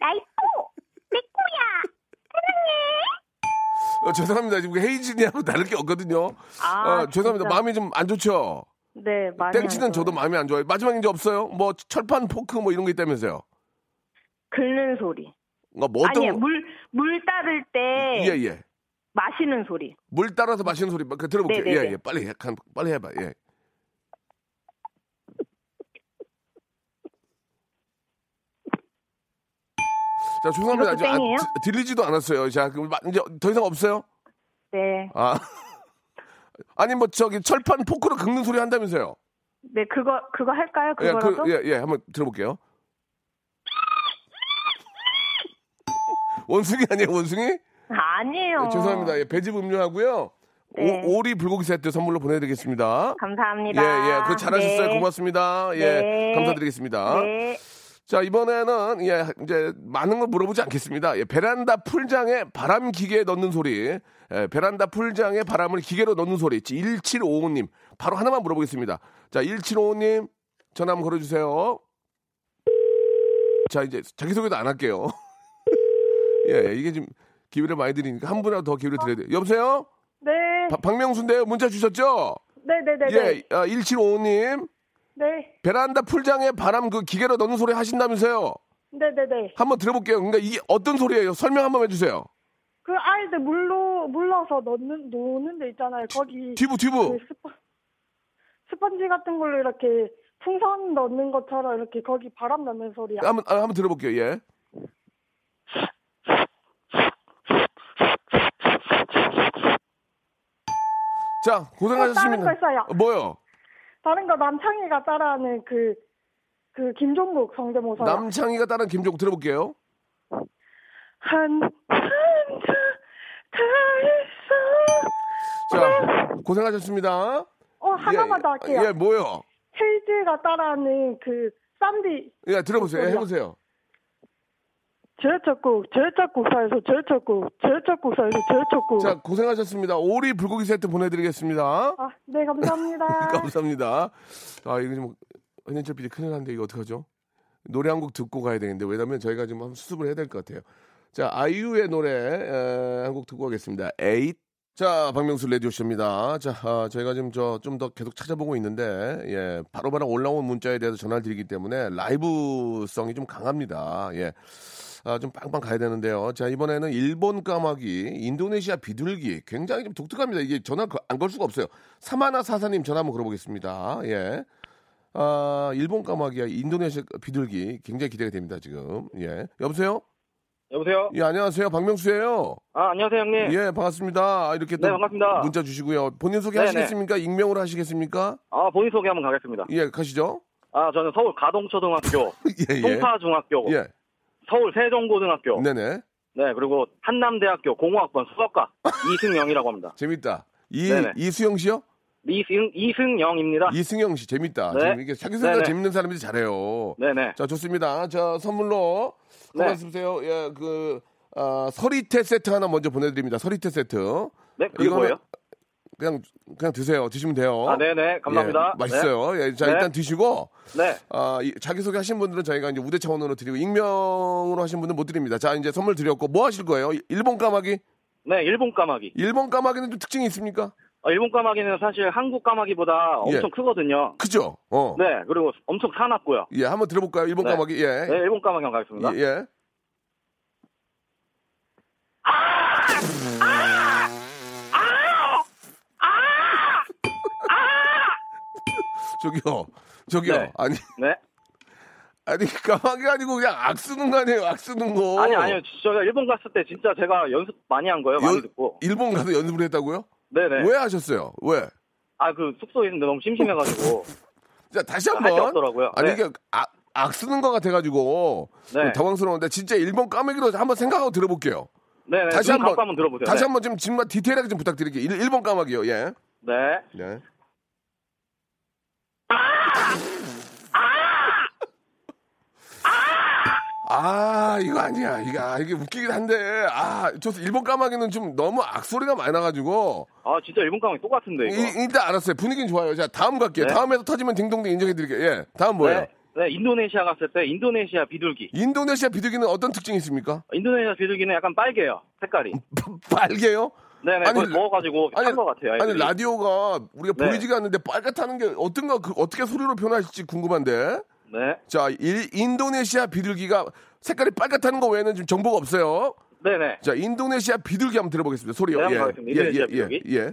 N: 나이코 내 꼬야
C: 어, 죄송합니다. 지금 헤이진이하고 다를 게 없거든요.
N: 아,
C: 어, 죄송합니다.
N: 진짜.
C: 마음이 좀 안 좋죠?
F: 네, 많이
C: 땡치는
F: 알죠.
C: 저도 마음이 안 좋아요. 마지막 이제 없어요? 뭐 철판 포크 뭐 이런 거 있다면서요?
F: 긁는 소리.
C: 어, 뭐 어떤
F: 아니, 물물 따를 때
C: 예, 예.
F: 마시는 소리.
C: 물 따라서 마시는 소리 그 들어볼게요.
F: 네, 네,
C: 예,
F: 네.
C: 예. 빨리 해. 간- 빨리 해 봐. 예. 자, 죄송합니다.
F: 이것도
C: 아직 안-
F: 땡이에요?
C: 드- 들리지도 않았어요. 자, 그럼 마- 이제 더 이상 없어요?
F: 네.
C: 아. 아니 뭐 저기 철판 포크로 긁는 소리 한다면서요?
F: 네, 그거 그거 할까요?
C: 예, 그-
F: 그거라도?
C: 예, 예, 한번 들어볼게요. 원숭이 아니에요, 원숭이?
F: 아니에요.
C: 예, 죄송합니다. 예, 배즙 음료하고요.
F: 어. 네.
C: 오, 오리 불고기 세트 선물로 보내드리겠습니다.
F: 감사합니다.
C: 예, 예. 그 잘하셨어요.
F: 네.
C: 고맙습니다. 예.
F: 네.
C: 감사드리겠습니다.
F: 네.
C: 자, 이번에는, 예, 이제 많은 걸 물어보지 않겠습니다. 예, 베란다 풀장에 바람 기계에 넣는 소리. 예, 베란다 풀장에 바람을 기계로 넣는 소리. 1755님. 바로 하나만 물어보겠습니다. 자, 1755님. 전화 한번 걸어주세요. 자, 이제 자기소개도 안 할게요. 예, 이게 지금 기회를 많이 드리니까 한 분이라도 더 기회를 드려야 돼요. 여보세요?
F: 네.
C: 바- 박명수인데요. 문자 주셨죠?
F: 네, 네, 네, 네.
C: 예, 아, 1755님.
F: 네.
C: 베란다 풀장에 바람 그 기계로 넣는 소리 하신다면서요?
F: 네, 네, 네.
C: 한번 들어볼게요. 그러니까 이게 어떤 소리예요? 설명 한번 해주세요.
O: 그 아이들 물로 물러서 넣는 노는 데 있잖아요. 거기
C: 튜브,
O: 그
C: 튜브.
O: 스펀, 스펀지 같은 걸로 이렇게 풍선 넣는 것처럼 이렇게 거기 바람 넣는 소리야.
C: 한번 아, 한번 들어볼게요. 예.
O: 또 다른 거 아,
C: 자
O: 있어요.
C: 고생하셨습니다. 뭐요?
O: 다른 거 남창희가 따라하는 그 그 김종국 성대모사.
C: 남창희가 따른 김종국 들어볼게요.
O: 한 한자 다 있어.
C: 자 고생하셨습니다.
O: 어 네. 하나만
C: 예,
O: 더 할게요.
C: 예 뭐요?
O: 힐즈가 따라하는 그 쌈디
C: 예 들어보세요.
O: 네,
C: 예, 해보세요.
O: 제철국 제철국사에서 제철국 제철국사에서 제철국.
C: 자 고생하셨습니다. 오리 불고기 세트 보내드리겠습니다.
O: 아네 감사합니다.
C: 감사합니다. 아 이거 좀 현인철 PD 큰일 났는데 이거 어떡하죠? 노래 한 곡 듣고 가야 되는데 왜냐면 저희가 좀 한번 수습을 해야 될 것 같아요. 자 아이유의 노래 한 곡 듣고 가겠습니다. 에잇. 자 박명수 레디오쇼입니다. 자 아, 저희가 지금 저 좀 더 계속 찾아보고 있는데 예 바로바로 올라온 문자에 대해서 전화를 드리기 때문에 라이브성이 좀 강합니다. 예. 아, 좀 빵빵 가야 되는데요. 자, 이번에는 일본 까마귀, 인도네시아 비둘기. 굉장히 좀 독특합니다. 이게 전화 안 걸 수가 없어요. 사마나 사사님 전화 한번 걸어보겠습니다. 예. 아, 일본 까마귀와 인도네시아 비둘기. 굉장히 기대가 됩니다, 지금. 예. 여보세요?
I: 여보세요?
C: 예, 안녕하세요. 박명수예요
I: 아, 안녕하세요, 형님.
C: 예, 반갑습니다. 아, 이렇게 또
I: 네, 반갑습니다.
C: 문자 주시고요. 본인 소개
I: 네네.
C: 하시겠습니까? 익명으로 하시겠습니까?
I: 아, 본인 소개 한번 가겠습니다.
C: 예, 가시죠.
I: 아, 저는 서울 가동초등학교,
C: 예, 예.
I: 송파중학교,
C: 예.
I: 서울 세종고등학교, 네.
C: 네네.
I: 그리고 한남대학교 공학번 수학과 이승영이라고 합니다.
C: 재밌다. 이,
I: 네네.
C: 이수영 씨요?
I: 이승 이승영입니다.
C: 이승영 씨 재밌다.
I: 네.
C: 지금 이게 사기생각
I: 네네.
C: 재밌는 사람들이 잘해요.
I: 네네.
C: 자 좋습니다. 자 선물로
I: 네.
C: 고맙습니다. 예, 그 아, 서리태 세트 하나 먼저 보내드립니다. 서리태 세트.
I: 네, 그게
C: 이거는
I: 뭐예요?
C: 그냥 그냥 드세요. 드시면 돼요.
I: 아, 네네. 감사합니다.
C: 예, 맛있어요.
I: 네.
C: 예, 자
I: 네.
C: 일단 드시고.
I: 네.
C: 아, 자기 소개 하신 분들은 저희가 이제 우대 차원으로 드리고 익명으로 하신 분은 못 드립니다. 자 이제 선물 드렸고 뭐 하실 거예요? 일본 까마귀?
I: 네, 일본 까마귀.
C: 일본 까마귀는 좀 특징이 있습니까?
I: 어, 일본 까마귀는 사실 한국 까마귀보다 엄청
C: 예.
I: 크거든요.
C: 그죠? 어.
I: 네, 그리고 엄청 사납고요.
C: 예, 한번 들어볼까요? 일본
I: 네.
C: 까마귀. 예.
I: 네, 일본 까마귀 한번 가겠습니다.
C: 예, 예. 저기요, 저기요.
I: 네.
C: 아니,
I: 네.
C: 아니 까마귀 아니고 그냥 악 쓰는 거 아니에요? 악 쓰는 거.
I: 아니, 아니요. 제가 일본 갔을 때 진짜 제가 연습 많이 한 거예요. 많이
C: 연-
I: 듣고.
C: 일본 가서 연습을 했다고요?
I: 네네.
C: 왜 하셨어요? 왜?
I: 아, 그 숙소에 있는데 너무 심심해가지고.
C: 자, 다시
I: 할게
C: 한번.
I: 없더라고요.
C: 아니
I: 네.
C: 이게 악, 악 쓰는 거 같아가지고
I: 네.
C: 당황스러운데 진짜 일본 까마귀로 한번 생각하고 들어볼게요.
I: 네네.
C: 다시
I: 눈
C: 한번
I: 감고 한번 들어보세요.
C: 다시
I: 네.
C: 한번 좀 정말 디테일하게 좀 부탁드릴게요. 일, 일본 까마귀요. 예.
I: 네.
C: 네. 아 이거 아니야 이거 아, 이게 웃기긴 한데 아저 일본 까마귀는 좀 너무 악소리가 많이 나가지고
I: 아, 진짜 일본 까마귀 똑같은데, 이거.
C: 이- 일단 알았어요 분위기는 좋아요 자 다음 갈게요
I: 네.
C: 다음에서 터지면 딩동댕 인정해드릴게요 예 다음 뭐예요
I: 네. 네, 인도네시아 갔을 때 인도네시아 비둘기.
C: 인도네시아 비둘기는 어떤 특징이 있습니까
I: 인도네시아 비둘기는 약간 빨개요. 색깔이.
C: 빨개요
I: 네네.
C: 아니,
I: 그걸 먹어가지고
C: 아니,
I: 산 것 같아요.
C: 아니
I: 애들이.
C: 라디오가 우리가
I: 네.
C: 보이지가 않는데 빨갛다는 게 어떤가 그 어떻게 소리로 표현하실지 궁금한데
I: 네.
C: 자 일- 인도네시아 비둘기가 색깔이 빨갛다는 거 외에는 지금 정보가 없어요
I: 네네.
C: 자 인도네시아 비둘기 한번 들어보겠습니다 소리요
I: 네, 한번
C: 예.
I: 가겠습니다. 인도네시아
C: 예, 예,
I: 비둘기.
C: 예, 예.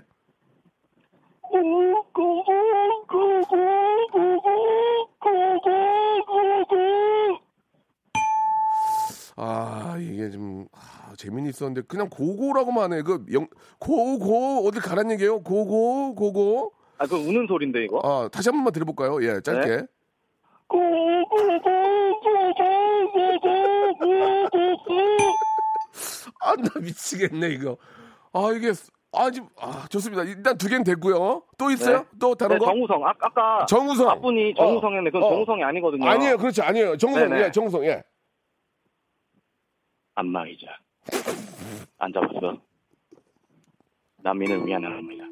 C: 아 이게 좀 아, 재미는 있었는데 그냥 고고라고만 해. 그 영, 고고 어딜 가란 얘기예요? 고고 고고.
I: 아 그 우는 소리인데 이거?
C: 아 다시 한 번만 들어볼까요? 예 짧게.
I: 네.
C: 아 나 미치겠네 이거. 아 이게 아 지금 아 좋습니다. 일단 두 개는 됐고요. 또 있어요?
I: 네.
C: 또 다른
I: 네,
C: 거?
I: 정우성. 아, 아까
C: 정우성.
I: 앞분이 정우성이었는데 그건
C: 어, 어.
I: 정우성이 아니거든요.
C: 아니에요, 그렇지 아니에요. 정우성
I: 네네.
C: 예 정우성 예.
I: 안마의자. 안 잡았어. 난민을 위한 안마의자.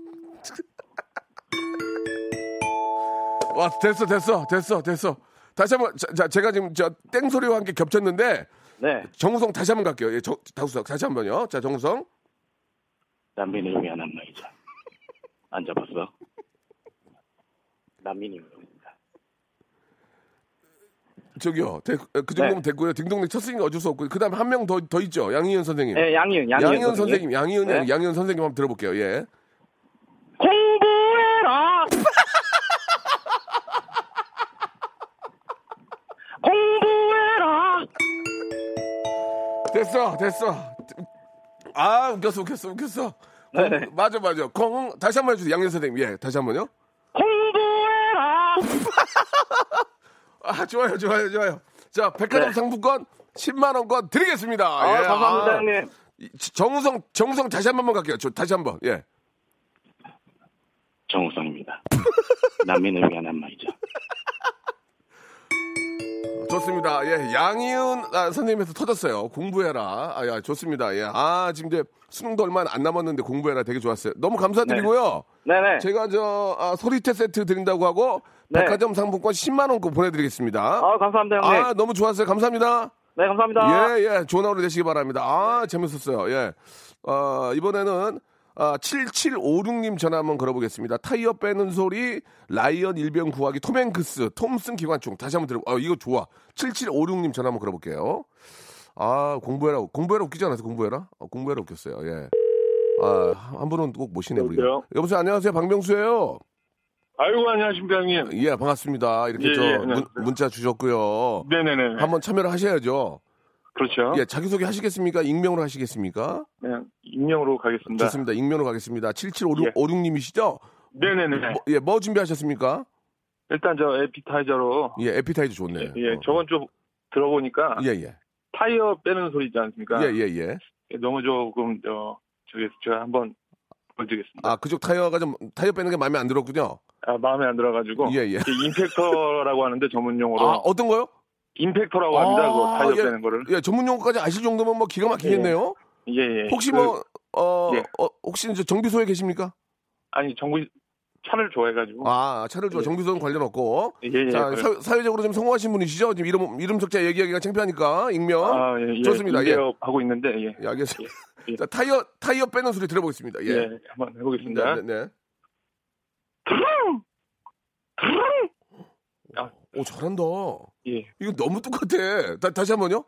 C: 와 됐어 됐어 됐어 됐어 다시 한번 자, 자, 제가 지금 저 땡소리와 함께 겹쳤는데
I: 네.
C: 정우성 다시 한번 갈게요 예, 정, 다우성 다시 한번요 자 정우성
I: 난민을 위한 안마의자. 안 잡았어. 난민이 위험입니다.
C: 저기요 대- 그 정도면
I: 네.
C: 됐고요 딩동댕 쳤으니까 어쩔 수 없고 그다음 한 명 더 더 있죠 양희은 선생님
I: 네, 양희은, 양희은
C: 선생님,
I: 선생님.
C: 양희은
I: 네.
C: 양희은 선생님 한번 들어볼게요 예
I: 공부해라. 공부해라.
C: 됐어 됐어 아 웃겼어 웃겼어 웃겼어 공-
I: 네네.
C: 맞아 맞아 공 다시 한번 해주세요 양희은 선생님 예 다시 한번요
I: 공부해라.
C: 아 좋아요 좋아요 좋아요 자 백화점
I: 네.
C: 상품권 10만 원권 드리겠습니다
I: 아,
C: 예,
I: 감사합니다,
C: 아.
I: 형님.
C: 이- 정우성 정우성 다시 한 번만 갈게요. 저 다시 한 번. 예.
I: 정우성입니다. 난민을 위한 안마의자.
C: 좋습니다. 예. 양희은 아, 선생님에서 터졌어요. 공부해라. 아, 야, 좋습니다. 예. 아, 지금 이제 수능도 얼마 안 남았는데 공부해라 되게 좋았어요. 너무 감사드리고요.
I: 네, 네.
C: 제가 저 아, 소리테 세트 드린다고 하고
I: 네.
C: 백화점 상품권 10만 원권 보내 드리겠습니다.
I: 아, 감사합니다, 형님.
C: 아, 너무 좋았어요. 감사합니다.
I: 네, 감사합니다.
C: 예, 예. 좋은 하루 되시기 바랍니다. 아, 재밌었어요. 예. 어, 이번에는 아, 7756님 전화 한번 걸어보겠습니다. 타이어 빼는 소리, 라이언 일병 구하기, 톰행크스, 톰슨 기관총. 다시 한번 들어. 아, 이거 좋아. 7756님 전화 한번 걸어볼게요. 아, 공부해라. 공부해라 웃기지 않았어? 공부해라? 어, 공부해라 웃겼어요. 예. 아, 한- 한 분은 꼭 모시네, 우리가.
J: 여보세요?
C: 여보세요, 안녕하세요. 박명수예요
J: 아이고 안녕하십니까 형님.
C: 예, 반갑습니다. 이렇게
J: 예,
C: 저
J: 예,
C: 문,
J: 안녕하세요.
C: 문자 주셨고요.
J: 네네네.
C: 한번 참여를 하셔야죠.
J: 그렇죠.
C: 예, 자기소개 하시겠습니까? 익명으로 하시겠습니까?
J: 그냥 익명으로 가겠습니다.
C: 좋습니다. 익명으로 가겠습니다. 7756님이시죠?
J: 예. 네네네.
C: 예, 뭐 준비하셨습니까?
J: 일단 저 에피타이저로
C: 예, 에피타이저 좋네요.
J: 예 저번 주 들어보니까
C: 예, 예.
J: 그러니까 타이어 빼는 소리 있지 않습니까?
C: 예, 예, 예.
J: 너무 조금 저 저기 제가 어, 한번 보여드리겠습니다.
C: 아 그쪽 타이어가 좀 타이어 빼는 게 마음에 안 들었군요.
J: 아, 마음에 안 들어가지고.
C: 예, 예.
J: 이게 임팩터라고 하는데 전문 용어로.
C: 아, 어떤 거요?
J: 임팩터라고 합니다. 그거
C: 아,
J: 타이어
C: 예,
J: 빼는 거를.
C: 예, 전문 용어까지 아실 정도면 뭐 기가 막히겠네요.
J: 예, 예.
C: 혹시
J: 그-
C: 뭐 어,
J: 예.
C: 어, 혹시 이제 정비소에 계십니까?
J: 아니 정부 차를 좋아해가지고.
C: 아 차를 좋아
J: 예.
C: 정비소는 관련 없고.
J: 예, 예.
C: 자
J: 그래요.
C: 사, 사회적으로 좀 성공하신 분이시죠? 지금 이름 이름 적자 얘기하기가 창피하니까 익명.
J: 아, 예, 예.
C: 좋습니다. 예.
J: 인베어 하고 있는데 예.
C: 예, 알겠습니다. 자, 타이어 타이어 빼는 소리 들어보겠습니다. 예.
J: 예, 한번 해보겠습니다.
C: 네, 네, 네.
J: 아,
C: 오 잘한다.
J: 예.
C: 이거 너무 똑같아. 다, 다시 한번요.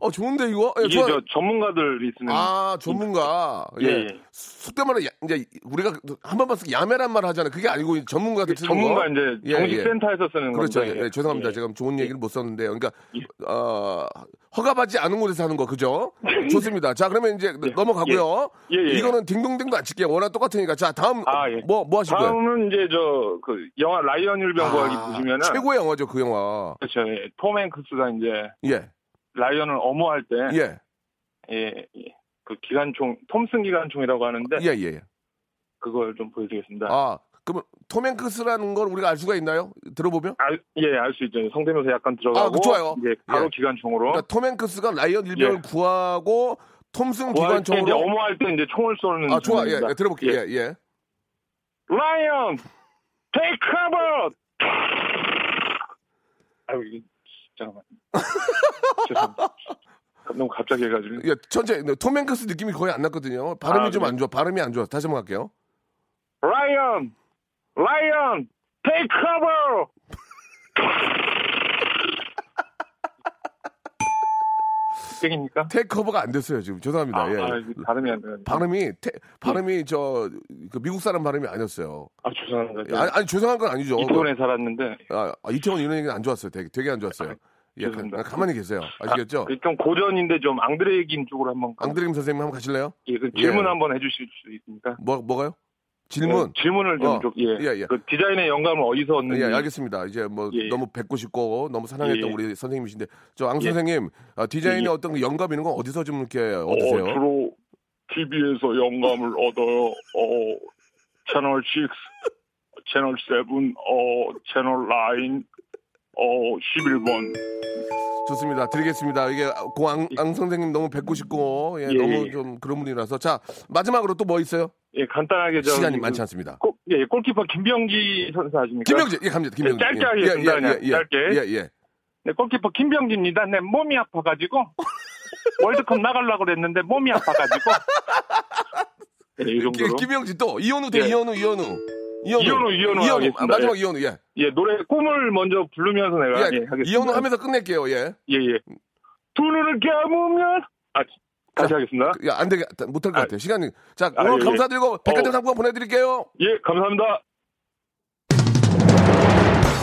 C: 어 좋은데 이거? 예,
J: 이게
C: 좋아요.
J: 저 전문가들이 쓰는.
C: 아 전문가
J: 예,
C: 예,
J: 예.
C: 속된 말로 야- 이제 우리가 한 번만 쓰고 야매란 말 하잖아요 그게 아니고 이제 전문가들 쓰는
J: 전문가
C: 거. 예,
J: 이제 정식센터에서 쓰는
C: 그렇죠
J: 겁니다.
C: 예,
J: 예.
C: 죄송합니다 제가 좋은 얘기를 못 썼는데요 그러니까 어, 허가받지 않은 곳에서 하는 거 그죠 좋습니다 자 그러면 이제 넘어가고요
J: 예. 예, 예.
C: 이거는 딩동댕도 안 칠게요 워낙 똑같으니까 자 다음 뭐 뭐 하실 거예요
J: 다음은 이제 저 그 영화 라이언 일병과기
C: 아,
J: 보시면은
C: 최고의 영화죠 그 영화
J: 그렇죠. 예. 톰 행크스가 이제
C: 예
J: 라이언을 엄호할 때
C: 예.
J: 예, 예. 그 기관총 톰슨 기관총이라고 하는데
C: 예, 예, 예.
J: 그걸 좀 보여드리겠습니다.
C: 아, 그러면 토맨크스라는 걸 우리가 알 수가 있나요? 들어보면?
J: 알, 예, 알 수 있죠. 성대모사 약간 들어가고
C: 아, 그 좋아요.
J: 이제 바로
C: 예.
J: 기관총으로
C: 그러니까 토맨크스가 라이언 일병을 구하고 톰슨
J: 예. 구할 때 어, 이제
C: 기관총으로
J: 엄호할 때 이제 총을 쏘는
C: 아, 좋아. 예,
J: 장면입니다.
C: 예, 들어볼게요. 예, 예.
J: 라이언 테이크 커버 아유 이게 잠깐만 죄송합니다. 너무 갑자기 해가지고
C: 예, 천천히. 네, 토맨크스 느낌이 거의 안 났거든요. 발음이
J: 아,
C: 좀
J: 그래요?
C: 안 좋아. 발음이 안 좋아. 다시 한번 갈게요.
J: 라이언 라이언 테이크 커버 땡입니까?
C: 테이크오버가 안 됐어요, 지금. 죄송합니다. 예.
J: 아, 이게 발음이 안 되네.
C: 발음이 테- 발음이 저그 미국 사람 발음이 아니었어요.
J: 아 죄송합니다.
C: 아니, 아니, 죄송한 건 아니죠. 뭐-
J: 이태원에 살았는데
C: 아, 아, 이태원 이런 얘기는 안 좋았어요. 되게 되게 안 좋았어요. 예, 가,
J: 죄송합니다.
C: 만히 계세요.
J: 아,
C: 아시겠죠?
J: 그좀 고전인데 좀 앙드레이 김 쪽으로 한번 가-
C: 앙드림 선생님 한번 가실래요?
J: 예, 그 질문
C: 예.
J: 한번 해주실 수 있습니까?
C: 뭐 뭐가요? 질문.
J: 네, 질문을 좀,
C: 어,
J: 좀 예.
C: 예, 예.
J: 그 디자인의 영감을 어디서 얻는지
C: 예, 알겠습니다. 이제 뭐
J: 예, 예.
C: 너무 뵙고 싶고 너무 사랑했던
J: 예, 예.
C: 우리 선생님이신데 저 앙
J: 예.
C: 선생님 아, 디자인의
J: 예, 예.
C: 어떤 그 영감 있는 건 어디서 좀 이렇게 얻으세요?
J: 어, 주로 TV에서 영감을 얻어요. 어, 채널 6, 채널 7, 어, 채널 9, 어, 11번.
C: 좋습니다. 드리겠습니다. 이게 고앙 앙 선생님 너무 뵙고 싶고 예,
J: 예,
C: 너무
J: 예.
C: 좀 그런 분이라서 자 마지막으로 또 뭐 있어요?
J: 예, 간단하게 저
C: 시간이
J: 그-
C: 많지 않습니다.
J: 골- 예, 골키퍼 김병기 선수 아십니까?
C: 김병지 예 갑니다. 김병지
J: 예, 짧게
C: 예,
J: 하겠습니다.
C: 예, 예,
J: 그냥
C: 예,
J: 짧게.
C: 예, 예.
J: 네, 골키퍼 김병기입니다. 네, 몸이 아파가지고 월드컵 나가려고 그랬는데 몸이 아파가지고 네, 이 정도로.
C: 김, 병지또 이현우 대
J: 예.
C: 이현우 이현우 이현우
J: 이현우, 이현우
C: 아,
J: 하겠습니다.
C: 마지막
J: 예.
C: 이현우 예.
J: 예, 노래 꿈을 먼저 부르면서 내가 예, 하겠습니다.
C: 이현우 하면서 끝낼게요. 예.
J: 예, 예. 두 눈을 감으면 아, 다시 하겠습니다.
C: 야, 안 되게 못할 것 같아요. 시간이. 자,
J: 아,
C: 오늘
J: 예, 예.
C: 감사드리고 백화점
J: 어.
C: 상품 보내 드릴게요.
J: 예, 감사합니다.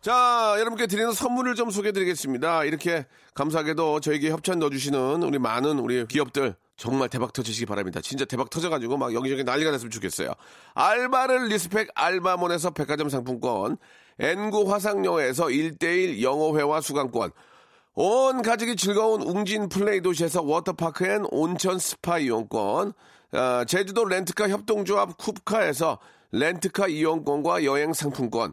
C: 자, 여러분께 드리는 선물을 좀 소개해 드리겠습니다. 이렇게 감사하게도 저에게 협찬 넣어주시는 우리 많은 우리 기업들 정말 대박 터지시기 바랍니다. 진짜 대박 터져가지고 막 여기저기 난리가 났으면 좋겠어요. 알바를 리스펙 알바몬에서 백화점 상품권, N구 화상영어에서 1대1 영어회화 수강권, 온 가족이 즐거운 웅진 플레이 도시에서 워터파크 앤 온천 스파 이용권, 아, 제주도 렌트카 협동조합 쿱카에서 렌트카 이용권과 여행 상품권,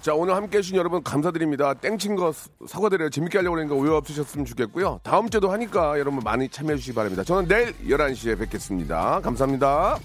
C: 자, 오늘 함께 해주신 여러분 감사드립니다. 땡친 거 수- 사과드려요. 재밌게 하려고 하니까 오해 없으셨으면 좋겠고요. 다음 주에도 하니까 여러분 많이 참여해주시기 바랍니다. 저는 내일 11시에 뵙겠습니다. 감사합니다.